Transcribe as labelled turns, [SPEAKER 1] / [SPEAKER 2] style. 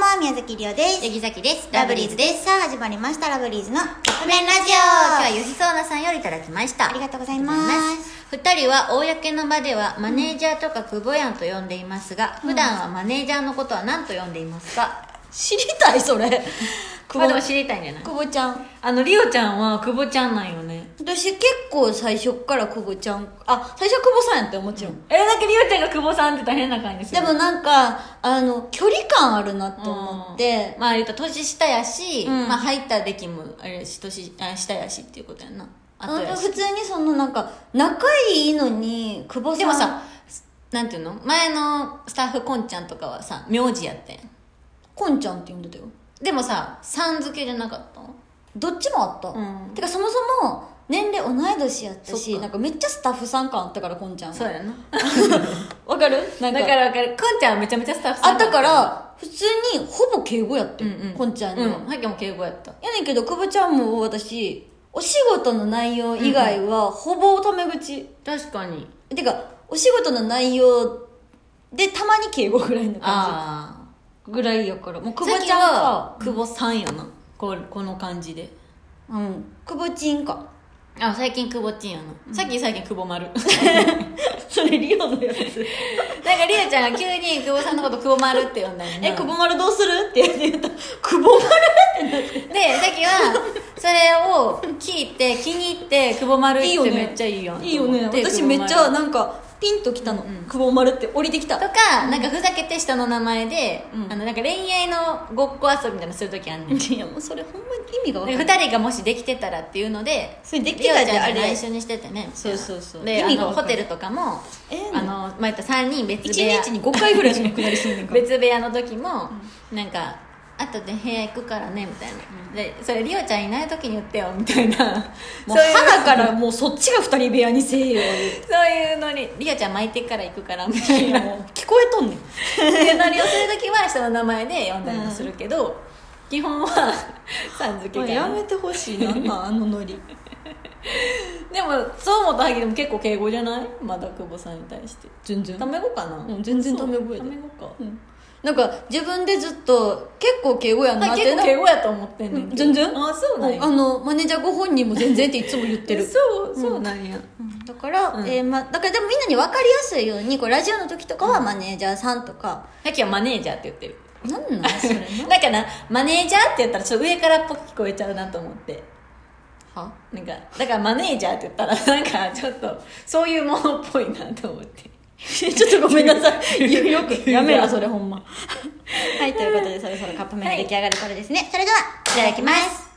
[SPEAKER 1] は宮崎りおです
[SPEAKER 2] 八木崎です
[SPEAKER 1] ラブリーズですさあ始まりましたラブリーズの
[SPEAKER 2] 覆面ラジオ今日はゆひそうなさんよりいただきました
[SPEAKER 1] ありがとうございます
[SPEAKER 2] 2人は公の場ではマネージャーとか久保やんと呼んでいますが、普段はマネージャーのことは何と呼んでいますか、
[SPEAKER 1] 知りたいそれ
[SPEAKER 2] まあでも知りたいんじゃない
[SPEAKER 1] 久保ちゃん
[SPEAKER 2] あのりおちゃんは久保ちゃんなんよね
[SPEAKER 1] 私結構最初から久保ちゃんあ最初は久保さんやったよもちろん、
[SPEAKER 2] えなんかりおちゃんが久保さんって大変な感じす
[SPEAKER 1] で
[SPEAKER 2] る
[SPEAKER 1] もなんかあの距離感あるなと思って、
[SPEAKER 2] まあ言うと年下やし、
[SPEAKER 1] うん
[SPEAKER 2] まあ入った出来もあれやし年あ下やしっていうことやなあとやし
[SPEAKER 1] 普通にそのなんか仲いいのに久保さん
[SPEAKER 2] でもさなんていうの前のスタッフこんちゃんとかはさ名字やってん
[SPEAKER 1] こんちゃんって呼んでたよ
[SPEAKER 2] でもささん付けじゃなかったの
[SPEAKER 1] どっちもあった、
[SPEAKER 2] うん
[SPEAKER 1] てかそもそも年齢同い年やった
[SPEAKER 2] そ
[SPEAKER 1] し
[SPEAKER 2] っか
[SPEAKER 1] なんかめっちゃスタッフさん感あったからこんちゃん
[SPEAKER 2] そうや な
[SPEAKER 1] わかるなんか
[SPEAKER 2] だからわかるこんちゃんはめちゃめちゃスタッフさ
[SPEAKER 1] あ
[SPEAKER 2] ん
[SPEAKER 1] ったから普通にほぼ敬語やって、
[SPEAKER 2] うんうん
[SPEAKER 1] こんちゃんに
[SPEAKER 2] う
[SPEAKER 1] は、
[SPEAKER 2] んさっきも敬語やった
[SPEAKER 1] やねんけど久保ちゃんも私お仕事の内容以外はほぼタメ口、
[SPEAKER 2] 確かに
[SPEAKER 1] てかお仕事の内容でたまに敬語ぐらいの感
[SPEAKER 2] ああ
[SPEAKER 1] じぐらいやからもう
[SPEAKER 2] 久
[SPEAKER 1] 久
[SPEAKER 2] 保
[SPEAKER 1] 保
[SPEAKER 2] ち
[SPEAKER 1] ちゃ
[SPEAKER 2] ゃ
[SPEAKER 1] ん
[SPEAKER 2] ん
[SPEAKER 1] か
[SPEAKER 2] は久保さんやなここの感じで
[SPEAKER 1] うん久保ちんか
[SPEAKER 2] あ最近久保ちんやな、さっき最近久保丸 なんか
[SPEAKER 1] それリオのやつ
[SPEAKER 2] りえちゃんが急に久保さんのこと久保丸って呼んだよね
[SPEAKER 1] え久保丸どうするって言った久保丸
[SPEAKER 2] でさっきはそれを聞いて気に入って久保丸
[SPEAKER 1] いい
[SPEAKER 2] っ
[SPEAKER 1] よ
[SPEAKER 2] て
[SPEAKER 1] ね
[SPEAKER 2] めっちゃいいや ん
[SPEAKER 1] いいよね
[SPEAKER 2] で
[SPEAKER 1] 私
[SPEAKER 2] 久保
[SPEAKER 1] め
[SPEAKER 2] 丸
[SPEAKER 1] っちゃなんかピンときたの、久保丸って降りてき
[SPEAKER 2] と
[SPEAKER 1] た
[SPEAKER 2] かなんかふざけて下の名前で、
[SPEAKER 1] うん
[SPEAKER 2] あのなんか恋愛のごっこ遊びみたいなのする時あんねん
[SPEAKER 1] いやもうそれほんまに意味が分かんない
[SPEAKER 2] 2人がもしできてたらっていうので
[SPEAKER 1] それできてたじゃんあ
[SPEAKER 2] りおち
[SPEAKER 1] れ
[SPEAKER 2] が一緒にしててね
[SPEAKER 1] そうそうそう
[SPEAKER 2] で
[SPEAKER 1] 意
[SPEAKER 2] あ
[SPEAKER 1] 味が
[SPEAKER 2] の
[SPEAKER 1] わ
[SPEAKER 2] ホ
[SPEAKER 1] かんない
[SPEAKER 2] テルとかも、
[SPEAKER 1] ええ
[SPEAKER 2] あの前言った3人別
[SPEAKER 1] 一
[SPEAKER 2] 部屋
[SPEAKER 1] 日に5回ぐらいそのくだりすんねんから
[SPEAKER 2] 別部屋の時も、なんか後で部屋行くからねみたいな、でそれりおちゃんいない時に言ってよみたいな
[SPEAKER 1] もう
[SPEAKER 2] そういう
[SPEAKER 1] 花からもうそっちが二人部屋にせえよ
[SPEAKER 2] そういうのにりおちゃん巻いてから行くからみたい
[SPEAKER 1] い
[SPEAKER 2] な
[SPEAKER 1] やもう聞こえとんねん
[SPEAKER 2] 手なりをする時は下の名前で呼んだりもするけど、基本はさん付け
[SPEAKER 1] もう
[SPEAKER 2] が
[SPEAKER 1] やめてほしい なんなんあのノリ
[SPEAKER 2] でもそう思ったはぎでも結構敬語じゃないまだ久保さんに対して
[SPEAKER 1] 全然
[SPEAKER 2] タメ語かな、
[SPEAKER 1] うん全然タメ語や
[SPEAKER 2] タ
[SPEAKER 1] で
[SPEAKER 2] メ語か、
[SPEAKER 1] うんなんか自分でずっと結構敬語やんな
[SPEAKER 2] あ
[SPEAKER 1] って
[SPEAKER 2] 結構敬
[SPEAKER 1] な
[SPEAKER 2] 語やと思ってんねんけど
[SPEAKER 1] 全然
[SPEAKER 2] あそうなんや
[SPEAKER 1] もうあのマネージャーご本人も全然っていつも言ってる
[SPEAKER 2] そうそうなんや、
[SPEAKER 1] うんだから、
[SPEAKER 2] うん
[SPEAKER 1] えーま、だからでもみんなに分かりやすいようにこうラジオの時とかはマネージャーさんとか、
[SPEAKER 2] さっきはマネージャーって言ってる
[SPEAKER 1] なんなんそれな
[SPEAKER 2] だからマネージャーって言ったらちょっと上からっぽく聞こえちゃうなと思って
[SPEAKER 1] は
[SPEAKER 2] なんかだからマネージャーって言ったらなんかちょっとそういうものっぽいなと思って
[SPEAKER 1] ちょっとごめんなさ いよくやめろ
[SPEAKER 2] や
[SPEAKER 1] それほんまはいということでそろそろカップ麺が出来上がる頃ですね、それではいただきます